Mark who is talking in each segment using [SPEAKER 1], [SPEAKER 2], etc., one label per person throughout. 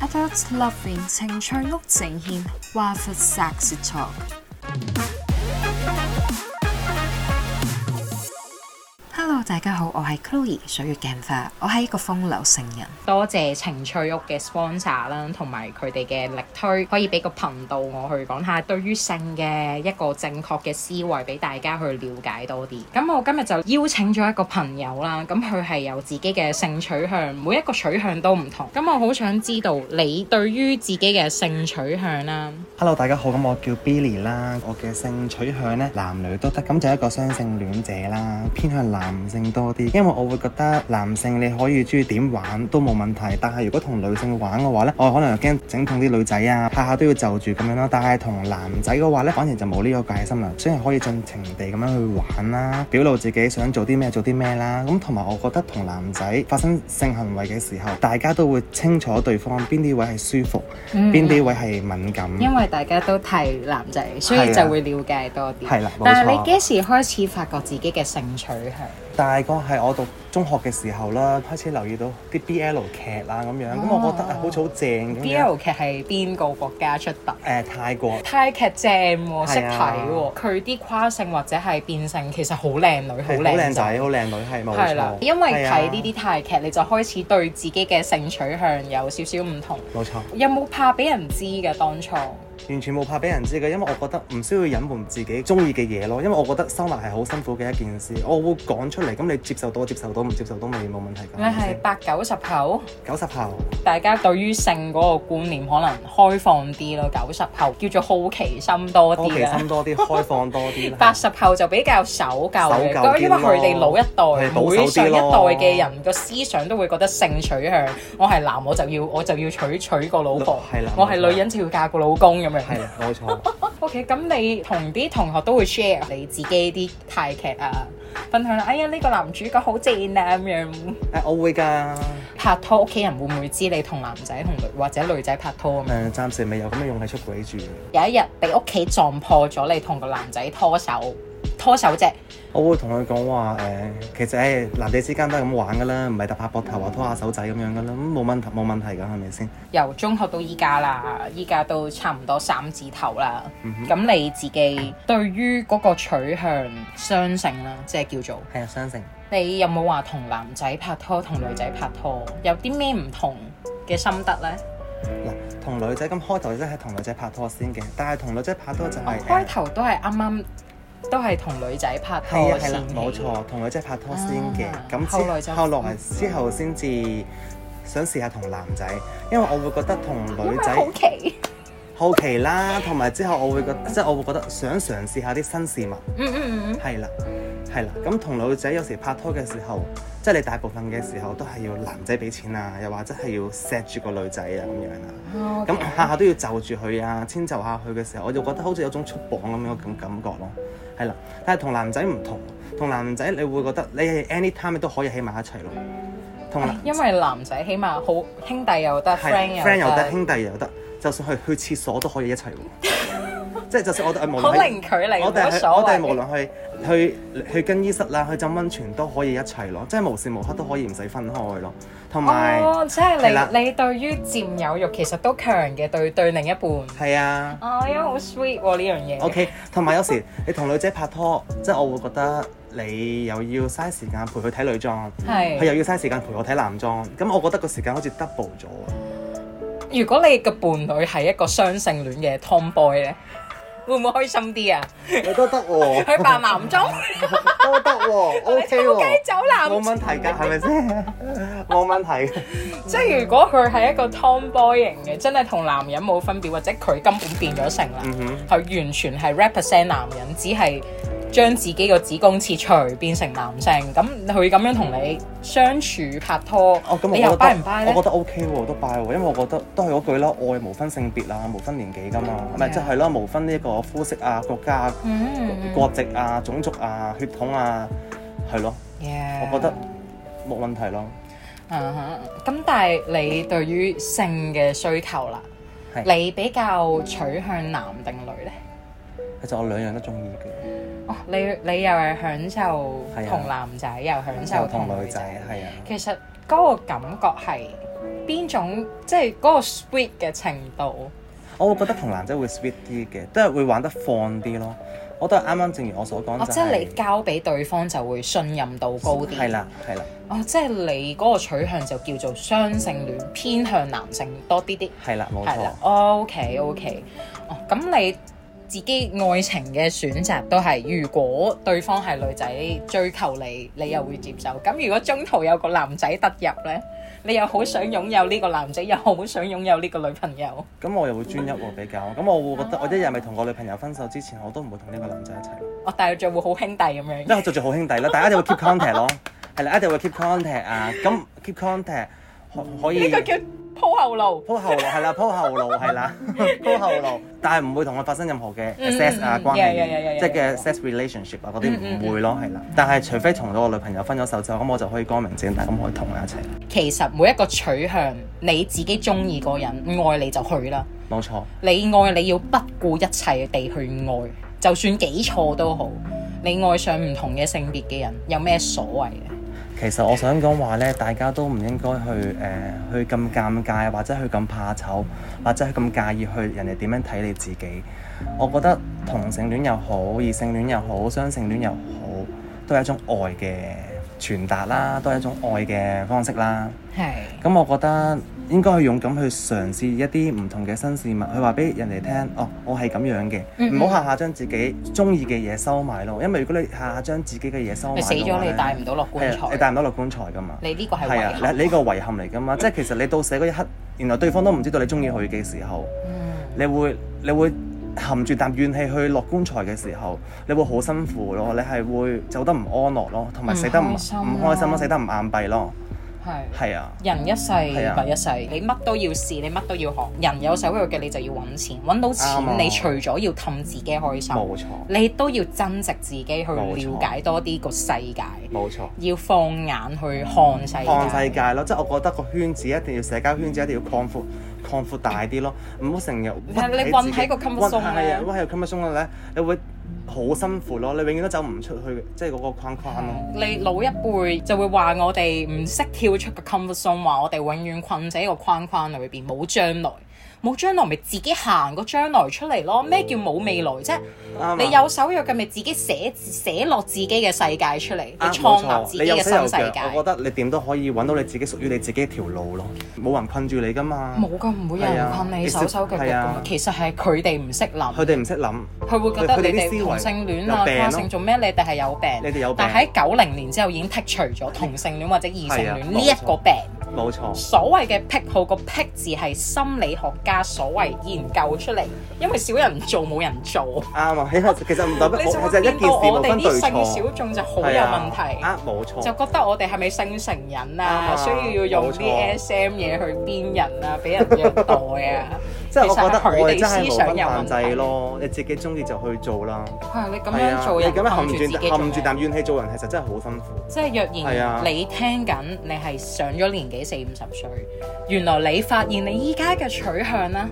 [SPEAKER 1] Adult Loving 情趣屋呈現華佛 Sex Talk。Hello，大家好，我係 Chloe 水月鏡花，我係一個風流成人。
[SPEAKER 2] 多謝情趣屋嘅 sponsor 啦，同埋佢哋嘅力推，可以俾個頻道我去講下對於性嘅一個正確嘅思維，俾大家去了解多啲。咁我今日就邀請咗一個朋友啦，咁佢係有自己嘅性取向，每一個取向都唔同。咁我好想知道你對於自己嘅性取向啦。
[SPEAKER 3] Hello，大家好，咁我叫 Billy 啦，我嘅性取向呢，男女都得，咁就係一個雙性戀者啦，偏向男性多啲，因為我會覺得男性你可以中意點玩都冇問題，但係如果同女性玩嘅話呢，我可能又驚整痛啲女仔啊，下下都要就住咁樣啦，但係同男仔嘅話呢，反而就冇呢個戒心啦，雖然可以盡情地咁樣去玩啦，表露自己想做啲咩做啲咩啦，咁同埋我覺得同男仔發生性行為嘅時候，大家都會清楚對方邊啲位係舒服，邊啲位係敏感。
[SPEAKER 2] 因為大家都睇男仔，所以就會了解多啲。
[SPEAKER 3] 嗯係啦冇錯
[SPEAKER 2] 但係你幾時開始發覺自己嘅性取向？
[SPEAKER 3] 大概係我讀中學嘅時候啦，開始留意到啲 BL 劇啦咁樣，咁、我覺得啊好似好正咁
[SPEAKER 2] 哦 B
[SPEAKER 3] 樣。
[SPEAKER 2] L 劇係邊個國家出得？
[SPEAKER 3] 誒、泰國
[SPEAKER 2] 泰劇正喎，識
[SPEAKER 3] 係
[SPEAKER 2] 睇
[SPEAKER 3] 啊
[SPEAKER 2] 喎，佢啲跨性或者係變性，其實好靚女，好
[SPEAKER 3] 係好靚
[SPEAKER 2] 靚
[SPEAKER 3] 仔，。好靚女係冇
[SPEAKER 2] 係啦
[SPEAKER 3] 錯，。
[SPEAKER 2] 因為
[SPEAKER 3] 係啊
[SPEAKER 2] 睇呢啲泰劇，你就開始對自己嘅性取向有少少唔同。
[SPEAKER 3] 冇錯，
[SPEAKER 2] 有冇怕俾人知嘅當初？
[SPEAKER 3] 完全冇怕俾人知嘅，因為我覺得唔需要隱瞞自己中意嘅嘢咯。因為我覺得收埋係好辛苦嘅一件事，我會講出嚟，咁你接受到接受到，唔接受到咪冇問題㗎。
[SPEAKER 2] 你係八九十後，
[SPEAKER 3] 九十後，
[SPEAKER 2] 大家對於性嗰個觀念可能開放啲咯。九十後叫做好奇心多
[SPEAKER 3] 好
[SPEAKER 2] 啲
[SPEAKER 3] 奇
[SPEAKER 2] 啦
[SPEAKER 3] 心。多啲，開放多啲啦。
[SPEAKER 2] 八十後就比較守舊嘅，
[SPEAKER 3] 守舊啲咯
[SPEAKER 2] 因為佢哋老一代
[SPEAKER 3] 係保守啲咯
[SPEAKER 2] 每上一代嘅人個思想都會覺得性取向，我係男我就要我就要娶娶個老婆，
[SPEAKER 3] 係啦
[SPEAKER 2] 我係女人就要嫁個老公咁樣。
[SPEAKER 3] 係啊冇錯。
[SPEAKER 2] OK，咁你同啲同學都會 share 你自己啲泰劇啊，分享啦。哎呀，呢、個男主角好正啊咁樣。
[SPEAKER 3] 誒、我會㗎。
[SPEAKER 2] 拍拖屋企人會唔會知你同男仔同女或者女仔拍拖咁
[SPEAKER 3] 誒、
[SPEAKER 2] 樣？
[SPEAKER 3] 暫時未有咁嘅勇氣出軌住。
[SPEAKER 2] 有一日俾屋企撞破咗，你同個男仔拖手，拖手啫。
[SPEAKER 3] 我會同佢講話誒，其實誒、男仔之間都係咁玩噶啦，唔係搭下膊頭啊拖下手仔咁樣噶啦，咁冇問題冇問題㗎，係咪先？
[SPEAKER 2] 由中學到依家啦，依家都差唔多三字頭啦。
[SPEAKER 3] 嗯
[SPEAKER 2] 咁、你自己對於嗰個取向雙性啦，即係叫做
[SPEAKER 3] 係啊，相成。
[SPEAKER 2] 你有冇話同男仔拍拖同女仔拍拖有啲咩唔同嘅心得呢？
[SPEAKER 3] 嗱，同女仔咁開頭真係同女仔拍拖先嘅，但係同女仔拍拖就
[SPEAKER 2] 我
[SPEAKER 3] 係、啊誒
[SPEAKER 2] 開頭都係啱啱都係同女仔拍
[SPEAKER 3] 係啊
[SPEAKER 2] 拖
[SPEAKER 3] 係
[SPEAKER 2] 先
[SPEAKER 3] 啦
[SPEAKER 2] 嘅，
[SPEAKER 3] 冇錯，同女仔拍拖先嘅
[SPEAKER 2] 啊，
[SPEAKER 3] 咁
[SPEAKER 2] 後來
[SPEAKER 3] 之
[SPEAKER 2] 就
[SPEAKER 3] 後來之後先至想試下同男仔，因為我會覺得同
[SPEAKER 2] 因為
[SPEAKER 3] 女仔
[SPEAKER 2] 好奇，
[SPEAKER 3] 好奇啦，同埋之後我會覺即係我會覺得想嘗試下啲新事物。
[SPEAKER 2] 嗯嗯嗯，
[SPEAKER 3] 係啦，係啦。咁同女仔有時拍拖嘅時候，即係你大部分嘅時候都係要男仔俾錢啊，又或者係要錫住個女仔啊咁樣啦。
[SPEAKER 2] 嗯
[SPEAKER 3] 咁下下都要就住佢啊，遷就下佢嘅時候，我就覺得好似有種束綁咁樣嘅感覺咯。係啦，但係同男仔唔同，同男仔你會覺得你係 anytime 都可以喺埋一齊咯。同男
[SPEAKER 2] 因為男仔起碼好兄弟又得
[SPEAKER 3] 係
[SPEAKER 2] friend 又
[SPEAKER 3] friend 又
[SPEAKER 2] 得
[SPEAKER 3] 得，。兄弟又得，就算去去廁所都可以一齊喎。 即係就算我哋無論
[SPEAKER 2] 好
[SPEAKER 3] 喺
[SPEAKER 2] 零距離，
[SPEAKER 3] 我
[SPEAKER 2] 冇乜
[SPEAKER 3] 哋
[SPEAKER 2] 所
[SPEAKER 3] 去我哋無
[SPEAKER 2] 謂。
[SPEAKER 3] 論去去去更衣室啦，去浸温泉都可以一齊咯，即係無時無刻都可以唔使分開咯。同埋
[SPEAKER 2] 哦，即
[SPEAKER 3] 係啦
[SPEAKER 2] 係你你對於佔有欲其實都強嘅，對對另一半。
[SPEAKER 3] 係啊
[SPEAKER 2] 哦，因為好 sweet 喎呢樣嘢。
[SPEAKER 3] ，OK。同埋有時你同女仔拍拖，即係我會覺得你又要嘥時間陪佢睇女裝，佢
[SPEAKER 2] 係。
[SPEAKER 3] 又要嘥時間陪我睇男裝，咁我覺得個時間好似 double 咗啊！
[SPEAKER 2] 如果你嘅伴侶係一個雙性戀嘅 tomboy 咧，會唔會開心啲啊？
[SPEAKER 3] 你都 得喎，
[SPEAKER 2] 佢扮男裝，
[SPEAKER 3] 都得喎，OK 喎
[SPEAKER 2] 雞，走男
[SPEAKER 3] 冇問題㗎，係咪 先？冇問題㗎。
[SPEAKER 2] 即係如果佢係一個 tomboy 型嘅，真係同男人冇分別，或者佢根本變咗性啦，
[SPEAKER 3] 嗯哼，
[SPEAKER 2] 佢、完全係 represent 男人，只係將自己個子宮切除變成男性。咁佢咁樣同你相處拍拖，
[SPEAKER 3] 哦，咁我
[SPEAKER 2] 你
[SPEAKER 3] 覺得
[SPEAKER 2] 又 buy 唔 buy
[SPEAKER 3] 我覺
[SPEAKER 2] 咧？
[SPEAKER 3] 得 OK 喎，都 buy 喎，因為我覺得都係嗰句啦，愛無分性別啊，無分年紀噶嘛，咪
[SPEAKER 2] 係啊
[SPEAKER 3] 即係啦，無分呢個膚色啊、國家啊、
[SPEAKER 2] 嗯
[SPEAKER 3] 國籍啊、種族啊、血統啊，係咯，
[SPEAKER 2] Yeah
[SPEAKER 3] 我覺得冇問題咯。
[SPEAKER 2] 嗯哼咁但係你對於性嘅需求啦，
[SPEAKER 3] 係
[SPEAKER 2] 你比較取向男定女呢？
[SPEAKER 3] 其實我兩樣都中意嘅，
[SPEAKER 2] 哦，你你又係享受
[SPEAKER 3] 係啊
[SPEAKER 2] 同男仔，又享
[SPEAKER 3] 又
[SPEAKER 2] 受
[SPEAKER 3] 同
[SPEAKER 2] 同
[SPEAKER 3] 女
[SPEAKER 2] 女
[SPEAKER 3] 仔
[SPEAKER 2] 仔。
[SPEAKER 3] 係啊，
[SPEAKER 2] 其實嗰個感覺係邊邊種，即係嗰個 sweet 嘅程度。
[SPEAKER 3] 我會覺得同男仔會 sweet 啲嘅，即係會玩得放啲咯。我覺得啱啱正如我所講、
[SPEAKER 2] 哦，
[SPEAKER 3] 就
[SPEAKER 2] 即係
[SPEAKER 3] 係
[SPEAKER 2] 你交俾對方就會信任度高啲。
[SPEAKER 3] 係啦，係啦，
[SPEAKER 2] 哦，即係你嗰個取向就叫做雙性戀，偏向男性多啲啲。
[SPEAKER 3] 係啦，冇
[SPEAKER 2] 係
[SPEAKER 3] 錯
[SPEAKER 2] 啦。，OK OK。哦，咁你自己愛情嘅選擇都係，如果對方係女仔追求你，你又會接受。咁如果中途有個男仔突入呢，你又好想擁有呢個男仔，又好想擁有呢個女朋友。
[SPEAKER 3] 咁我又會專一喎比較，咁我會
[SPEAKER 2] 哦
[SPEAKER 3] 覺得我一日未同個女朋友分手之前，我都唔會同呢個男仔一齊，
[SPEAKER 2] 我但係就會好兄弟咁
[SPEAKER 3] 因為
[SPEAKER 2] 樣。
[SPEAKER 3] 我做住好兄弟啦，大家一定會 keep contact 咯，係啦，一定會 keep contact 啊，咁 keep contact 可可
[SPEAKER 2] 嗯呢
[SPEAKER 3] 以
[SPEAKER 2] 個叫鋪後路。
[SPEAKER 3] 鋪後路係啦，鋪後路係 啦，鋪後路，但係唔會同佢發生任何嘅
[SPEAKER 2] 嗯
[SPEAKER 3] sex 啊
[SPEAKER 2] 嗯
[SPEAKER 3] 關
[SPEAKER 2] 有有有有有
[SPEAKER 3] 係，即係
[SPEAKER 2] 有
[SPEAKER 3] 嘅 sex relationship 啊嗰啲
[SPEAKER 2] 嗯
[SPEAKER 3] 唔會咯，係啦，但係除非同咗我女朋友分咗手之後，咁我就可以光明正大咁可以同佢一齊，
[SPEAKER 2] 其實每一個取向，你自己中意個人，愛你就去啦。
[SPEAKER 3] 冇錯，
[SPEAKER 2] 你愛你要不顧一切地去愛，就算幾錯都好。你愛上唔同嘅性別嘅人，有咩所謂咧？
[SPEAKER 3] 其實我想講話咧，大家都唔應該去誒、呃去咁尷尬，或者去咁怕醜，或者去咁介意去人哋點樣睇你自己。我覺得同性戀又好，異性戀又好，雙性戀又好，都係一種愛嘅傳達啦，都係一種愛嘅方式啦。
[SPEAKER 2] 係
[SPEAKER 3] 咁我覺得應該去勇敢去嘗試一啲唔同嘅新事物，去話俾人哋聽，哦，我係咁樣嘅，
[SPEAKER 2] 嗯嗯
[SPEAKER 3] 唔好下下將自己中意嘅嘢收埋咯。因為如果你下下將自己嘅嘢收埋
[SPEAKER 2] 你
[SPEAKER 3] 嘅
[SPEAKER 2] 死
[SPEAKER 3] 話呢，
[SPEAKER 2] 咗，你帶唔到落棺
[SPEAKER 3] 係啊你
[SPEAKER 2] 材。
[SPEAKER 3] 帶唔到落棺材噶嘛。
[SPEAKER 2] 你呢個係
[SPEAKER 3] 係
[SPEAKER 2] 遺
[SPEAKER 3] 啊，
[SPEAKER 2] 憾。
[SPEAKER 3] 你你個遺憾嚟噶嘛。即係其實你到死嗰一刻，原來對方都唔知道你中意佢嘅時候，
[SPEAKER 2] 嗯
[SPEAKER 3] 你會你會含住啖怨氣去落棺材嘅時候，你會好辛苦咯。你係會走得唔安樂咯，同埋死得唔
[SPEAKER 2] 唔
[SPEAKER 3] 唔
[SPEAKER 2] 嗯開心啊咯
[SPEAKER 3] 開心咯，死得唔硬幣咯。
[SPEAKER 2] 係。
[SPEAKER 3] 係啊。
[SPEAKER 2] 人一世
[SPEAKER 3] 啊
[SPEAKER 2] 物一世，你乜都要試，你乜都要學。人有手有腳嘅，你就要揾錢。揾到
[SPEAKER 3] 啱啊
[SPEAKER 2] 錢，你除咗要氹自己開心，
[SPEAKER 3] 冇錯，
[SPEAKER 2] 你都要增值自己去
[SPEAKER 3] 冇
[SPEAKER 2] 了
[SPEAKER 3] 錯
[SPEAKER 2] 解多啲個世界，
[SPEAKER 3] 冇錯。
[SPEAKER 2] 要放眼去看世界。
[SPEAKER 3] 看世界咯，即係我覺得個圈子一定要社交圈子一定要擴闊擴闊大啲咯，唔好成日屈
[SPEAKER 2] 係啊你
[SPEAKER 3] 自己
[SPEAKER 2] 困喺個 comfort zone
[SPEAKER 3] 係啊，
[SPEAKER 2] 咧
[SPEAKER 3] 屈喺個 comfort zone 咧，你會好辛苦咯，你永遠都走唔出去，即係嗰個框框咯。
[SPEAKER 2] 你老一輩就會話我哋唔識跳出個 comfort zone，話我哋永遠困喺個框框裏邊，冇將來，冇將來咪自己行個將來出嚟咯。咩叫冇未來啫？
[SPEAKER 3] 嗯啱啊
[SPEAKER 2] 你有手有腳咪自己寫寫落自己嘅世界出嚟，你
[SPEAKER 3] 啱啊冇
[SPEAKER 2] 創
[SPEAKER 3] 錯
[SPEAKER 2] 立自己
[SPEAKER 3] 你有
[SPEAKER 2] 嘅
[SPEAKER 3] 手有
[SPEAKER 2] 新世
[SPEAKER 3] 腳
[SPEAKER 2] 界。
[SPEAKER 3] 我覺得你點都可以揾到你自己屬於你自己一條路咯，冇人困住你噶嘛。
[SPEAKER 2] 冇噶，唔會有
[SPEAKER 3] 係
[SPEAKER 2] 人
[SPEAKER 3] 啊
[SPEAKER 2] 困你
[SPEAKER 3] 你
[SPEAKER 2] 手
[SPEAKER 3] 識
[SPEAKER 2] 手腳腳
[SPEAKER 3] 係
[SPEAKER 2] 㗎
[SPEAKER 3] 啊
[SPEAKER 2] 嘛。其實係佢哋唔識諗。
[SPEAKER 3] 佢哋唔識諗，
[SPEAKER 2] 佢會覺得
[SPEAKER 3] 佢哋
[SPEAKER 2] 你
[SPEAKER 3] 啲思
[SPEAKER 2] 哋
[SPEAKER 3] 維
[SPEAKER 2] 同性戀啊、
[SPEAKER 3] 有病咯
[SPEAKER 2] 跨性做咩？你哋係有病。
[SPEAKER 3] 你哋有病
[SPEAKER 2] 但喺九零年之後已經剔除咗同性戀或者異性戀
[SPEAKER 3] 係啊
[SPEAKER 2] 呢一個病。
[SPEAKER 3] 冇錯，
[SPEAKER 2] 所謂嘅癖好，個癖字係心理學家所謂研究出嚟，因為少人做冇人 做，
[SPEAKER 3] 啱啊。因為其實唔代表
[SPEAKER 2] 你就
[SPEAKER 3] 我
[SPEAKER 2] 會
[SPEAKER 3] 其實一件
[SPEAKER 2] 見
[SPEAKER 3] 事
[SPEAKER 2] 到我
[SPEAKER 3] 無
[SPEAKER 2] 哋
[SPEAKER 3] 分對
[SPEAKER 2] 啲性
[SPEAKER 3] 錯
[SPEAKER 2] 小，眾就好有
[SPEAKER 3] 係
[SPEAKER 2] 問
[SPEAKER 3] 啊
[SPEAKER 2] 題。
[SPEAKER 3] 啊冇
[SPEAKER 2] 就
[SPEAKER 3] 錯，
[SPEAKER 2] 覺得我哋係咪性成癮
[SPEAKER 3] 啱
[SPEAKER 2] 啊？
[SPEAKER 3] 啊
[SPEAKER 2] 需要要用啲
[SPEAKER 3] 冇錯
[SPEAKER 2] SM 嘢去鞭人啊，俾人虐待啊？
[SPEAKER 3] 即係我覺得
[SPEAKER 2] 其實係佢哋
[SPEAKER 3] 愛真係
[SPEAKER 2] 思
[SPEAKER 3] 無
[SPEAKER 2] 想有
[SPEAKER 3] 分
[SPEAKER 2] 問
[SPEAKER 3] 限
[SPEAKER 2] 題
[SPEAKER 3] 制咯，你自己中意就去做啦。
[SPEAKER 2] 係你咁
[SPEAKER 3] 係
[SPEAKER 2] 樣
[SPEAKER 3] 啊
[SPEAKER 2] 做，
[SPEAKER 3] 你
[SPEAKER 2] 人
[SPEAKER 3] 咁樣含
[SPEAKER 2] 自己
[SPEAKER 3] 住
[SPEAKER 2] 做
[SPEAKER 3] 含住
[SPEAKER 2] 咩
[SPEAKER 3] 啖怨氣做人，其實真係好辛苦。
[SPEAKER 2] 即係若
[SPEAKER 3] 係
[SPEAKER 2] 然
[SPEAKER 3] 啊
[SPEAKER 2] 你聽緊，你係上咗年紀四五十歲，原來你發現你依家嘅取向啦，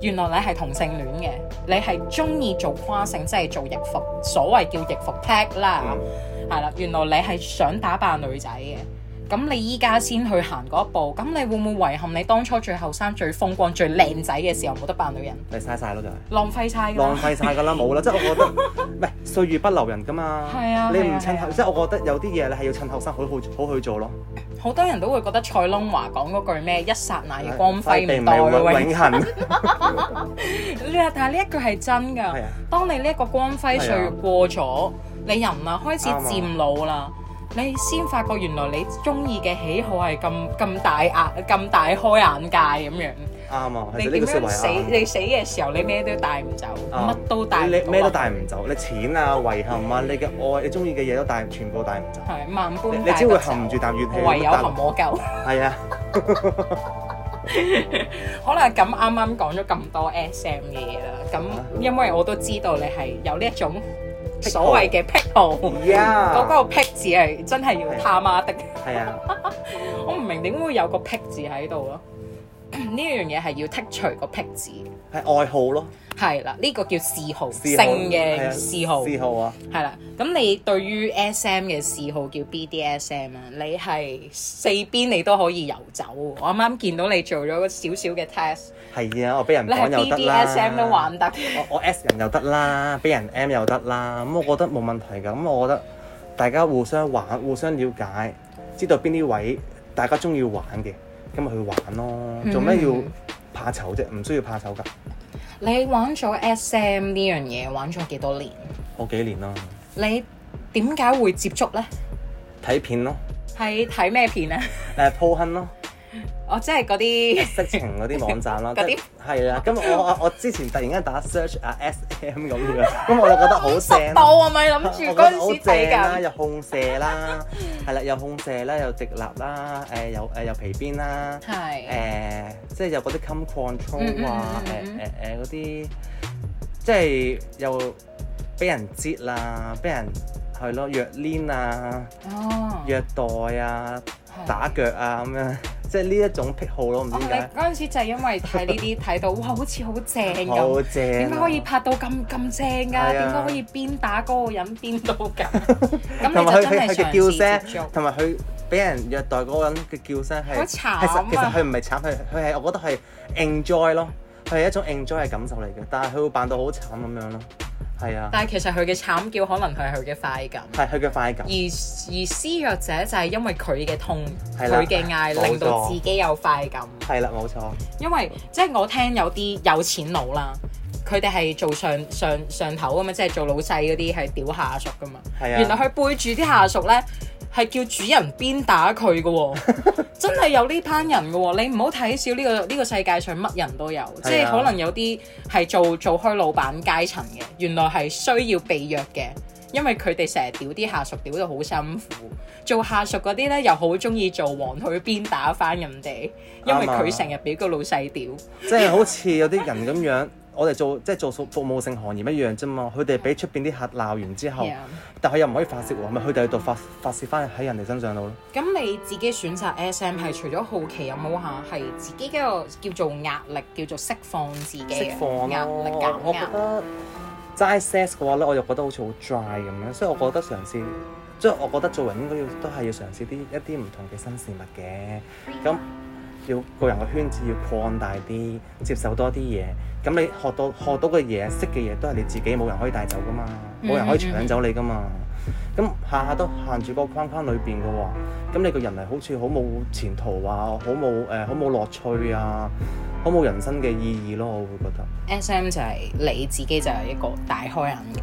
[SPEAKER 2] 原來你係同性戀嘅，你係中意做跨性，即係做逆服，所謂叫逆服 tag 啦，係啦、原來你係想打扮女仔嘅。咁你依家先去行嗰一步，咁你會唔會遺憾你當初最後生、最風光、最靚仔嘅時候冇得扮女人，
[SPEAKER 3] 你嘥晒咯就係。
[SPEAKER 2] 浪費晒㗎
[SPEAKER 3] 浪
[SPEAKER 2] 啦？
[SPEAKER 3] 費晒㗎啦，冇啦，即係我覺得，唔係歲月不留人㗎嘛。
[SPEAKER 2] 係啊
[SPEAKER 3] 你
[SPEAKER 2] 係啊
[SPEAKER 3] 唔趁
[SPEAKER 2] 係啊
[SPEAKER 3] 後，即係我覺得有啲嘢你係要趁後生好好好去做咯。
[SPEAKER 2] 好多人都會覺得蔡龍華講嗰句咩一剎那嘅光輝唔
[SPEAKER 3] 係
[SPEAKER 2] 代
[SPEAKER 3] 永
[SPEAKER 2] 永
[SPEAKER 3] 永恆。
[SPEAKER 2] 你話但係呢一句係真㗎
[SPEAKER 3] 係啊。
[SPEAKER 2] 當你呢一個光輝歲月過咗，你人啊開始漸老啦，你先發覺原來你中意嘅喜好係咁咁大眼咁大開眼界咁樣。
[SPEAKER 3] 啱啊，
[SPEAKER 2] 你
[SPEAKER 3] 其實呢
[SPEAKER 2] 點
[SPEAKER 3] 個説
[SPEAKER 2] 樣
[SPEAKER 3] 話
[SPEAKER 2] 死？
[SPEAKER 3] 啱。
[SPEAKER 2] 你死嘅時候，你咩都帶唔走，
[SPEAKER 3] 啱
[SPEAKER 2] 乜都帶唔
[SPEAKER 3] 你
[SPEAKER 2] 到啊
[SPEAKER 3] 咩都帶唔走，你錢啊、遺憾啊、你嘅愛、你中意嘅嘢都帶，全部帶唔走。
[SPEAKER 2] 係萬般
[SPEAKER 3] 你你
[SPEAKER 2] 帶
[SPEAKER 3] 只
[SPEAKER 2] 不
[SPEAKER 3] 會
[SPEAKER 2] 走
[SPEAKER 3] 含住啖怨氣。
[SPEAKER 2] 唯有
[SPEAKER 3] 咁樣
[SPEAKER 2] 含我夠。
[SPEAKER 3] 帶係啊，
[SPEAKER 2] 可能咁啱啱講咗咁多 SM 嘅嘢啦，咁因為我都知道你係有呢一種
[SPEAKER 3] 癖好
[SPEAKER 2] 所謂嘅癖好。嗰
[SPEAKER 3] 呀，
[SPEAKER 2] 個癖字係真係要他媽的，
[SPEAKER 3] 係啊，
[SPEAKER 2] 我唔明點會有個癖字喺度咯。啊 呢樣嘢係要剔除個僻字，
[SPEAKER 3] 係愛好咯，
[SPEAKER 2] 係啦，呢、個叫嗜好，性
[SPEAKER 3] 嗜好係
[SPEAKER 2] 嘅
[SPEAKER 3] 啊
[SPEAKER 2] 嗜好，
[SPEAKER 3] 嗜好啊，
[SPEAKER 2] 係啦。咁你對於 SM 嘅嗜好叫 BDSM 啊，你係四邊你都可以遊走喎。我啱啱見到你做咗少少嘅 test，
[SPEAKER 3] 係啊，我俾人
[SPEAKER 2] 你係
[SPEAKER 3] 講又得啦
[SPEAKER 2] BDSM 都玩得。
[SPEAKER 3] 我我 S 人又得啦，俾人 M 又得啦，咁我覺得冇問題㗎。咁我覺得大家互相玩、互相了解，知道邊啲位大家中意玩嘅，咁咪去玩咯。
[SPEAKER 2] 嗯
[SPEAKER 3] 做咩要怕醜啫？唔需要怕醜㗎。
[SPEAKER 2] 你玩咗 SM 呢樣嘢玩咗幾多年？
[SPEAKER 3] 我幾年啦，
[SPEAKER 2] 你點解會接觸呢？
[SPEAKER 3] 睇片咯，
[SPEAKER 2] 係睇咩片啊？
[SPEAKER 3] 誒鋪亨咯，
[SPEAKER 2] 我哦即係嗰啲
[SPEAKER 3] 色情嗰啲網站啦，即
[SPEAKER 2] 嗰啲
[SPEAKER 3] 係係啦。咁我我我之前突然間打 search 啊 S M 咁樣，咁我就覺 得好正
[SPEAKER 2] 濕
[SPEAKER 3] 啦
[SPEAKER 2] 到。我咪諗
[SPEAKER 3] 我
[SPEAKER 2] 住
[SPEAKER 3] 覺
[SPEAKER 2] 嗰
[SPEAKER 3] 得
[SPEAKER 2] 陣
[SPEAKER 3] 好
[SPEAKER 2] 時睇
[SPEAKER 3] 正啊啦，
[SPEAKER 2] 緊。
[SPEAKER 3] 又控射啦， 係啦，又控射啦，又直立啦，誒又誒又皮鞭啦，
[SPEAKER 2] 係
[SPEAKER 3] 誒即係有嗰啲 com
[SPEAKER 2] 嗯嗯
[SPEAKER 3] control
[SPEAKER 2] 嗯
[SPEAKER 3] 啊，
[SPEAKER 2] 嗯
[SPEAKER 3] 誒
[SPEAKER 2] 嗯
[SPEAKER 3] 誒誒嗰啲，即係又俾人截啦，俾人係咯虐攣啊、
[SPEAKER 2] 哦，
[SPEAKER 3] 虐待啊、
[SPEAKER 2] 係
[SPEAKER 3] 打腳啊咁樣， 即係呢一種癖好咯，唔知
[SPEAKER 2] 哦，你
[SPEAKER 3] 點解
[SPEAKER 2] 嗰陣時就係因為睇呢啲睇到，哇，好似好正
[SPEAKER 3] 好
[SPEAKER 2] 咁，
[SPEAKER 3] 正啊，
[SPEAKER 2] 點解可以拍到咁咁正㗎？
[SPEAKER 3] 啊
[SPEAKER 2] 點解可以邊打嗰個人邊到 咁？咁
[SPEAKER 3] 同
[SPEAKER 2] 你
[SPEAKER 3] 埋
[SPEAKER 2] 就
[SPEAKER 3] 佢
[SPEAKER 2] 真
[SPEAKER 3] 佢
[SPEAKER 2] 係
[SPEAKER 3] 佢
[SPEAKER 2] 嘗
[SPEAKER 3] 嘅叫
[SPEAKER 2] 試接
[SPEAKER 3] 聲，
[SPEAKER 2] 觸。
[SPEAKER 3] 同埋佢俾人虐待嗰個人嘅叫聲係，
[SPEAKER 2] 好
[SPEAKER 3] 其
[SPEAKER 2] 慘啊
[SPEAKER 3] 實其實佢唔係慘，佢佢係我覺得係 enjoy 咯，佢係一種 enjoy 嘅感受嚟嘅，但係佢會扮到好慘咁樣咯，係啊，
[SPEAKER 2] 但係其實佢嘅慘叫可能係佢嘅快感，
[SPEAKER 3] 係佢嘅快感
[SPEAKER 2] 而，而施虐者就係因為佢嘅痛、
[SPEAKER 3] 係啦
[SPEAKER 2] 佢嘅嗌，
[SPEAKER 3] 冇錯
[SPEAKER 2] 令到自己有快感。
[SPEAKER 3] 係啦冇錯，
[SPEAKER 2] 因為即係我聽有啲有錢佬啦，佢哋係做上上上頭噶嘛，即係做老細嗰啲係屌下屬噶嘛。
[SPEAKER 3] 係啊
[SPEAKER 2] 原來佢背住啲下屬咧，係叫主人鞭打佢噶喎， 真係有呢班人噶喎。你唔好睇少呢個呢、個世界上乜人都有，即係啊可能有啲係做做開老闆階層嘅，原來係需要被虐嘅。因為佢哋成日屌啲下屬，屌到好辛苦。做下屬嗰啲咧，又好中意做黃去鞭打翻人哋，因為
[SPEAKER 3] 啱啊
[SPEAKER 2] 佢成日俾個老細屌。
[SPEAKER 3] 即係好似有啲人咁樣， 我哋做即係做服服務性行業一樣啫嘛，佢哋俾出邊啲客鬧完之後
[SPEAKER 2] Yeah，
[SPEAKER 3] 但佢又唔可以發泄喎，咪佢哋喺度發發泄翻喺人哋身上度咯，
[SPEAKER 2] 咁你自己選擇 SM
[SPEAKER 3] 嗯
[SPEAKER 2] 係除咗好奇有冇下係自己嘅叫做壓力，叫做釋放自己嘅
[SPEAKER 3] 釋放
[SPEAKER 2] 壓
[SPEAKER 3] 咯
[SPEAKER 2] 力，
[SPEAKER 3] 我
[SPEAKER 2] 減
[SPEAKER 3] 覺
[SPEAKER 2] 壓。
[SPEAKER 3] 得。齋 sex 嘅話咧，我又覺得好似好 dry 咁樣，所以我覺得嘗試，即係我覺得做人應該要都係要嘗試啲一啲唔同嘅新事物嘅，咁要個人嘅圈子要擴大啲，接受多啲嘢，咁你學到學到嘅嘢、識嘅嘢都係你自己冇人可以帶走噶嘛，冇人可以搶走你噶嘛，咁下下都限住個框框裏邊嘅喎，咁你個人係好似好冇前途啊，好冇誒好冇樂趣啊，好冇人生嘅意義咯，我會覺得
[SPEAKER 2] SM 就係你自己就係一個大開眼界。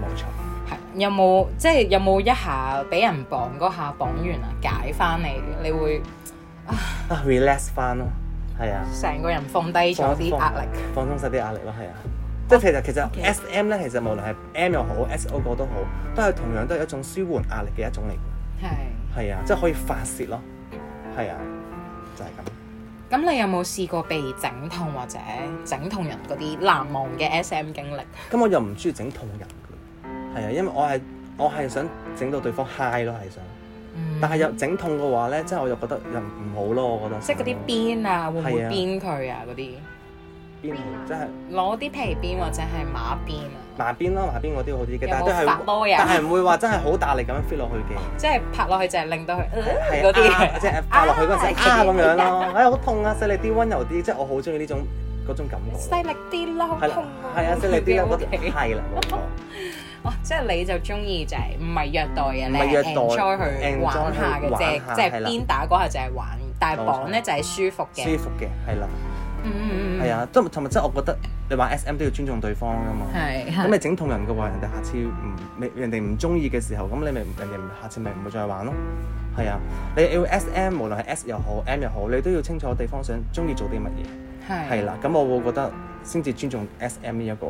[SPEAKER 3] 冇錯。
[SPEAKER 2] 係有冇即係有冇一下俾人綁嗰下綁完啊解翻嚟，你會
[SPEAKER 3] 啊 relax 翻咯，係啊，
[SPEAKER 2] 成個人放低咗啲壓力？哦
[SPEAKER 3] 放鬆晒啲壓力咯，係啊。即係其實其實 S M 咧，其實無論係 M 又好，S O 個都好，都係同樣都係一種舒緩壓力嘅一種嚟嘅，
[SPEAKER 2] 係。
[SPEAKER 3] 係啊，即係可以發泄咯，係啊，就係咁。
[SPEAKER 2] 咁你有冇試過被整痛或者整痛人嗰啲難忘嘅 SM 經歷？
[SPEAKER 3] 咁我又唔中意整痛人嘅，係啊，因為我係我係想整到對方 high 咯，係想，
[SPEAKER 2] 嗯
[SPEAKER 3] 但係又整痛嘅話咧，即係我又覺得又唔好咯，我覺得。嗯
[SPEAKER 2] 即係嗰啲鞭啊，會唔會
[SPEAKER 3] 係啊
[SPEAKER 2] 鞭佢啊？嗰啲
[SPEAKER 3] 邊即係
[SPEAKER 2] 攞啲皮鞭或者係馬鞭啊，
[SPEAKER 3] 麻邊咯，麻邊嗰啲好啲嘅，但係
[SPEAKER 2] 有冇發
[SPEAKER 3] 都
[SPEAKER 2] 腮
[SPEAKER 3] 係，
[SPEAKER 2] 啊
[SPEAKER 3] 但係唔會話真係好大力咁樣 fit 落去嘅。
[SPEAKER 2] 即係拍落去就係令到佢
[SPEAKER 3] 係
[SPEAKER 2] 呃
[SPEAKER 3] 啊
[SPEAKER 2] 嗰啲
[SPEAKER 3] 即係拍落去嗰陣時
[SPEAKER 2] 啊
[SPEAKER 3] 啊咁樣咯，哎好痛啊，細力啲，温柔啲，即係我好中意呢種嗰種感 覺。
[SPEAKER 2] 細力啲啦，好
[SPEAKER 3] 啊係啦
[SPEAKER 2] 痛，
[SPEAKER 3] 係啊，細力啲啦，
[SPEAKER 2] 嗰
[SPEAKER 3] 嗰啲係啦，冇錯，
[SPEAKER 2] 哇！即係你就中意就係唔係虐待嘅，
[SPEAKER 3] 唔
[SPEAKER 2] 你
[SPEAKER 3] 係
[SPEAKER 2] 係
[SPEAKER 3] 虐待
[SPEAKER 2] enjoy 去
[SPEAKER 3] enjoy
[SPEAKER 2] 玩下嘅，
[SPEAKER 3] 去
[SPEAKER 2] 即
[SPEAKER 3] 玩
[SPEAKER 2] 係
[SPEAKER 3] 下
[SPEAKER 2] 即係
[SPEAKER 3] 係啦
[SPEAKER 2] 鞭打嗰下就係玩，但係
[SPEAKER 3] 冇
[SPEAKER 2] 綁
[SPEAKER 3] 錯
[SPEAKER 2] 咧就係舒服 嘅。
[SPEAKER 3] 舒服嘅，係啦，
[SPEAKER 2] 嗯嗯嗯，
[SPEAKER 3] 係啊，即係同埋即係我覺得你玩 S M 都要尊重對方噶嘛。
[SPEAKER 2] 係
[SPEAKER 3] 咁
[SPEAKER 2] 係。
[SPEAKER 3] 你整痛人嘅話，人哋下次唔你人哋唔中意嘅時候，咁你咪人哋唔下次咪唔會再玩咯。係啊，你要 S M 無論係 S 又好 M 又好，你都要清楚對方想中意做啲乜嘢。係啊啦，咁我會覺得先至尊重 S M 呢一個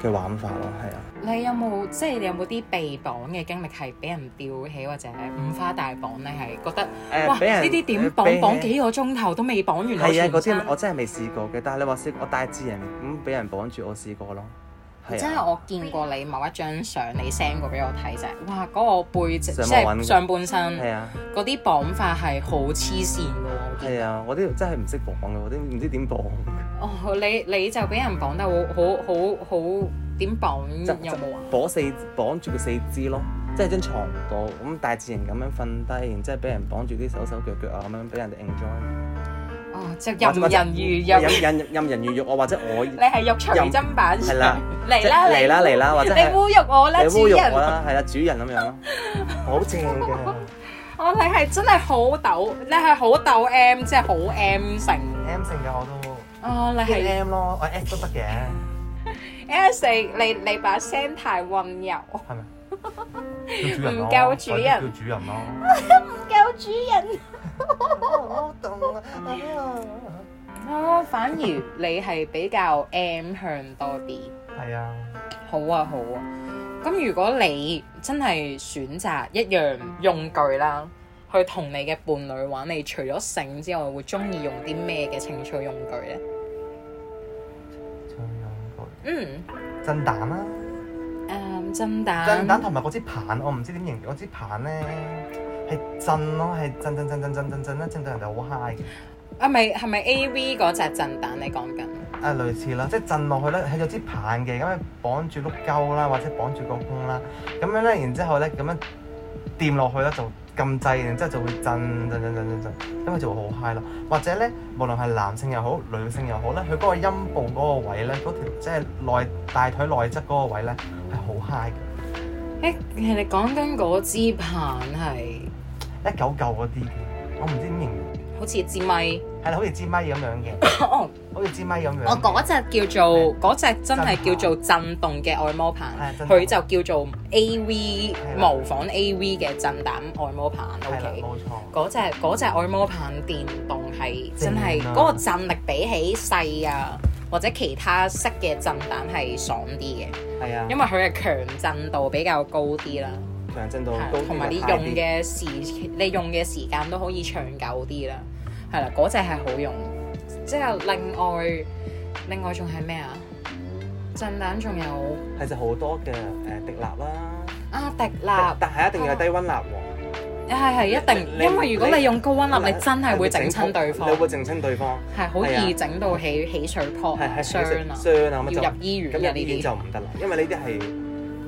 [SPEAKER 3] 嘅玩法咯，係啊。
[SPEAKER 2] 你有冇即係你有冇啲被綁嘅經歷係俾人吊起或者五花大綁咧？係覺得
[SPEAKER 3] 誒
[SPEAKER 2] 哇
[SPEAKER 3] 俾人
[SPEAKER 2] 呢啲點
[SPEAKER 3] 俾
[SPEAKER 2] 綁
[SPEAKER 3] 人
[SPEAKER 2] 綁幾個鐘頭都未綁完我
[SPEAKER 3] 係啊，
[SPEAKER 2] 全
[SPEAKER 3] 嗰啲
[SPEAKER 2] 身
[SPEAKER 3] 我真係未試過嘅，但係你話試過我大自然咁俾人綁住，我試過咯。係啊
[SPEAKER 2] 即係我見過你某一張相，你 send 過俾我睇就係，哇！嗰、個背脊即
[SPEAKER 3] 上網揾
[SPEAKER 2] 係
[SPEAKER 3] 嘅
[SPEAKER 2] 上半身
[SPEAKER 3] 係啊
[SPEAKER 2] 嗰啲綁法係好黐線嘅喎我見
[SPEAKER 3] 係啊，我啲真係唔識綁嘅，我啲唔知點綁，
[SPEAKER 2] 哦，你你就俾人綁得好好好好點
[SPEAKER 3] 就
[SPEAKER 2] 綁有冇啊？
[SPEAKER 3] 綁四綁住個四肢咯，即係張床度咁大自然咁樣瞓低，然之後俾人綁住啲手手腳腳啊咁樣俾人哋 enjoy，
[SPEAKER 2] 哦，就
[SPEAKER 3] 或
[SPEAKER 2] 任
[SPEAKER 3] 者
[SPEAKER 2] 人魚
[SPEAKER 3] 任
[SPEAKER 2] 任，
[SPEAKER 3] 任任任人魚肉啊，或者 我
[SPEAKER 2] 你係肉隨
[SPEAKER 3] 任
[SPEAKER 2] 砧板上
[SPEAKER 3] 係啦，
[SPEAKER 2] 嚟啦
[SPEAKER 3] 即係嚟啦嚟啦或者
[SPEAKER 2] 你
[SPEAKER 3] 係
[SPEAKER 2] 侮辱我啦，
[SPEAKER 3] 你
[SPEAKER 2] 主
[SPEAKER 3] 侮辱我
[SPEAKER 2] 人，
[SPEAKER 3] 啦，係啦，主人咁樣咯，好正嘅。
[SPEAKER 2] 哦，你係真係好抖，你係好抖 M，即係好 M 成，
[SPEAKER 3] M 性嘅我都
[SPEAKER 2] 哦，你係。
[SPEAKER 3] M 咯，我 S 都得嘅，
[SPEAKER 2] S 你你把聲太温柔，
[SPEAKER 3] 係咪？叫主
[SPEAKER 2] 人咯唔夠主人或者叫
[SPEAKER 3] 主 人
[SPEAKER 2] 救主
[SPEAKER 3] 咯。
[SPEAKER 2] 人。
[SPEAKER 3] 好凍啊！
[SPEAKER 2] 哦，反而你係比較 M 向多啲。
[SPEAKER 3] 係啊，
[SPEAKER 2] 好啊，好啊。咁如果你真係選擇一樣用具啦，去同你嘅伴侶玩，你除咗繩之外，會中意用啲咩嘅情趣用具呢？
[SPEAKER 3] 仲有個
[SPEAKER 2] 嗯，
[SPEAKER 3] 震蛋啦，
[SPEAKER 2] 誒、震蛋。
[SPEAKER 3] 震蛋同埋嗰支棒，我唔知點形容嗰支棒咧，係震咯，係震震震震震震震啦，震到人哋好 high 嘅。
[SPEAKER 2] 啊，咪係咪 A V 嗰隻震蛋你講緊？
[SPEAKER 3] 啊，類似啦，即係震落去咧，係有支棒嘅，咁樣綁住碌鳩啦，或者綁住個胸啦，咁樣咧，然之後咧，咁樣掂落去咧就撳掣，然之後就會震震震震震震，咁啊佢就會好 high 咯。或者咧，無論係男性又好，女性又好咧，佢嗰個陰部嗰個位咧，嗰條即係內大腿內側嗰個位咧係好 high 嘅，
[SPEAKER 2] 誒、你講緊嗰支棒係
[SPEAKER 3] 一嚿嚿嗰啲嘅，我唔知點形容，
[SPEAKER 2] 好似支咪。
[SPEAKER 3] 係啦，好似支咪咁樣嘅，
[SPEAKER 2] 哦
[SPEAKER 3] 好似支咪咁樣嘅。
[SPEAKER 2] 我嗰只叫做嗰只真係叫做震動嘅按摩棒
[SPEAKER 3] 係，震動
[SPEAKER 2] 佢就叫做 A V
[SPEAKER 3] 係啦
[SPEAKER 2] 模仿 A V 嘅震蛋按摩棒。O
[SPEAKER 3] 係啦，
[SPEAKER 2] K，
[SPEAKER 3] 冇錯。
[SPEAKER 2] 嗰只嗰只按摩棒電動係真係
[SPEAKER 3] 正啊
[SPEAKER 2] 嗰個震力比起細啊或者其他式嘅震蛋係爽啲嘅，
[SPEAKER 3] 係啊，
[SPEAKER 2] 因為佢嘅強震度比較高啲啦，
[SPEAKER 3] 強震到
[SPEAKER 2] 係啦
[SPEAKER 3] 高啲
[SPEAKER 2] 同埋你
[SPEAKER 3] 就
[SPEAKER 2] 用
[SPEAKER 3] high 啲
[SPEAKER 2] 嘅時你用嘅時間都可以長久啲啦，係啦，嗰只係好用。之後另外另外仲係咩啊？震蛋仲有
[SPEAKER 3] 係就好多嘅誒滴蠟啦，
[SPEAKER 2] 啊哦滴蠟
[SPEAKER 3] 但，但係一定要係低溫蠟喎，
[SPEAKER 2] 係係一定，
[SPEAKER 3] 你
[SPEAKER 2] 因為如果你
[SPEAKER 3] 你
[SPEAKER 2] 用高溫蠟，你真係會整親對方
[SPEAKER 3] 你，會整親對方，
[SPEAKER 2] 係好易整到起起水泡
[SPEAKER 3] 係
[SPEAKER 2] 啊
[SPEAKER 3] 係
[SPEAKER 2] 傷啊，
[SPEAKER 3] 傷啊咁就
[SPEAKER 2] 要入醫院
[SPEAKER 3] 咁
[SPEAKER 2] 嘅
[SPEAKER 3] 入醫
[SPEAKER 2] 呢
[SPEAKER 3] 院
[SPEAKER 2] 啲，
[SPEAKER 3] 就唔得啦，因為呢啲係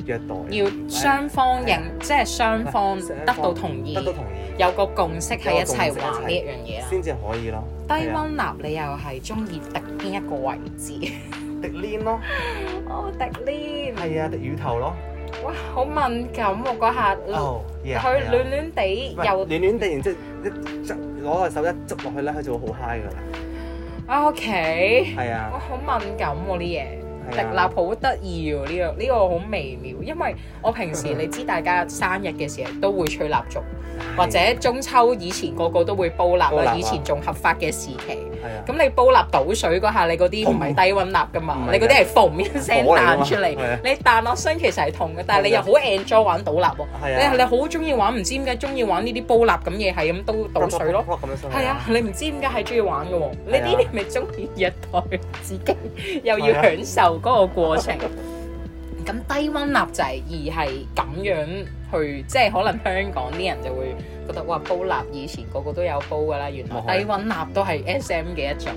[SPEAKER 3] 虐待，
[SPEAKER 2] 要雙方
[SPEAKER 3] 啊
[SPEAKER 2] 認，即係雙方得到同意
[SPEAKER 3] 得，到同意
[SPEAKER 2] 有個共識係一齊
[SPEAKER 3] 有個共
[SPEAKER 2] 玩
[SPEAKER 3] 識
[SPEAKER 2] 呢一樣嘢啦。
[SPEAKER 3] 先至可以咯。啊
[SPEAKER 2] 低溫蠟你又係中意滴邊一個位置？
[SPEAKER 3] 滴黏咯，
[SPEAKER 2] 哦，滴黏，
[SPEAKER 3] 係啊，滴乳頭咯，
[SPEAKER 2] 哇，好敏感喎嗰下，
[SPEAKER 3] 哦，係啊
[SPEAKER 2] 佢暖暖地
[SPEAKER 3] 係啊
[SPEAKER 2] 又
[SPEAKER 3] 唔係暖暖地，然之後一執攞個手一執落去咧，佢就會好 high 噶啦，
[SPEAKER 2] 啊 OK。
[SPEAKER 3] 係啊
[SPEAKER 2] 我，好敏感喎呢嘢，
[SPEAKER 3] 係啊
[SPEAKER 2] 滴蠟好得意喎呢個呢個好微妙，因為我平時你知大家生日嘅時候都會吹蠟燭，或者中秋以前個個都會煲蠟
[SPEAKER 3] 煲蠟
[SPEAKER 2] 啦，
[SPEAKER 3] 啊
[SPEAKER 2] 以前仲合法嘅時期。
[SPEAKER 3] 係啊，
[SPEAKER 2] 咁你煲蠟倒水嗰下，你嗰啲唔係低溫蠟噶嘛
[SPEAKER 3] 唔，係㗎
[SPEAKER 2] 你嗰啲係嘣一聲
[SPEAKER 3] 火嚟㗎嘛
[SPEAKER 2] 彈出嚟
[SPEAKER 3] 係啊，
[SPEAKER 2] 你彈落身其實係痛嘅，但係你
[SPEAKER 3] 係
[SPEAKER 2] 又
[SPEAKER 3] 啊
[SPEAKER 2] 好 enjoy 玩倒蠟喎，
[SPEAKER 3] 係
[SPEAKER 2] 你
[SPEAKER 3] 啊
[SPEAKER 2] 你好中意玩，唔知點解中意玩呢啲煲蠟咁嘢，係咁都倒水咯。
[SPEAKER 3] 咁樣上去
[SPEAKER 2] 係啊，，你唔知點解係中意玩嘅喎？你
[SPEAKER 3] 係啊
[SPEAKER 2] 呢啲咪中意虐待自己，又要享受嗰個過 程。咁低溫蠟就係而係咁樣去，即係可能香港啲人就會覺得哇煲蠟以前個個都有煲㗎啦，原
[SPEAKER 3] 冇可
[SPEAKER 2] 來
[SPEAKER 3] 能
[SPEAKER 2] 低溫蠟都係 S M 嘅一種。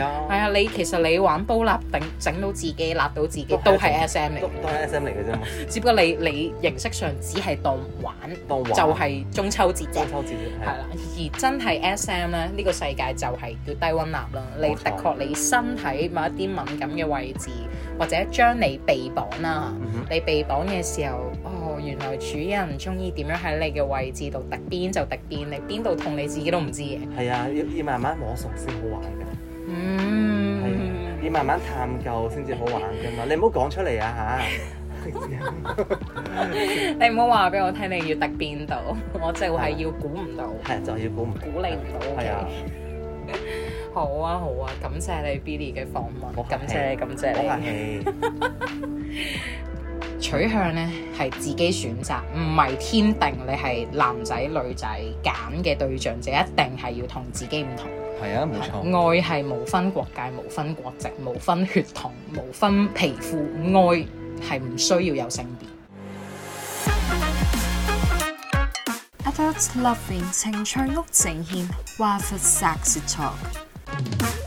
[SPEAKER 2] 係
[SPEAKER 3] 啊。
[SPEAKER 2] 啊，你其實你玩煲蠟整整到自己，蠟到自己
[SPEAKER 3] 都係
[SPEAKER 2] 都係 S M 嚟
[SPEAKER 3] 都
[SPEAKER 2] 嘅，
[SPEAKER 3] 都係 S M 嚟嘅啫嘛，
[SPEAKER 2] 只不過你你形式上只係當玩，
[SPEAKER 3] 當玩
[SPEAKER 2] 就係中秋節啫
[SPEAKER 3] 中。秋節
[SPEAKER 2] 係
[SPEAKER 3] 係
[SPEAKER 2] 啦，而真係 S.M 咧，呢個世界就係叫低溫蠟啦。你
[SPEAKER 3] 冇錯
[SPEAKER 2] 的確你身體某一啲敏感嘅位置，或者將你被綁啦，
[SPEAKER 3] 嗯
[SPEAKER 2] 你被綁嘅時候，哦，原來主人中意點樣喺你嘅位置度滴邊就滴邊，你邊度痛你自己都唔知嘅。
[SPEAKER 3] 哼係啊，要要慢慢摸索先好玩嘅，係啊
[SPEAKER 2] 嗯，
[SPEAKER 3] 要慢慢探究先至好玩㗎 嘛，你唔好講出嚟啊嚇，
[SPEAKER 2] 你唔好話俾我聽你要滴邊 度，我就
[SPEAKER 3] 啊
[SPEAKER 2] 係要估唔到，
[SPEAKER 3] 係啊就係要估唔
[SPEAKER 2] 估你唔到。
[SPEAKER 3] 係啊
[SPEAKER 2] OK，，好啊好啊，感謝你 Billy 嘅訪
[SPEAKER 3] 好
[SPEAKER 2] 問，
[SPEAKER 3] 客
[SPEAKER 2] 感謝你感謝
[SPEAKER 3] 好
[SPEAKER 2] 你。
[SPEAKER 3] 客氣，
[SPEAKER 2] 取向呢係自己選擇，唔係天定你係男仔女仔揀嘅對象就一定係要同自己唔同。
[SPEAKER 3] 係啊，冇錯。
[SPEAKER 2] 愛係無分國界、無分國籍、無分血統、無分皮膚，愛係唔需要有性別。
[SPEAKER 1] Adult Loving 情趣屋呈現 Waffle Sex Talk。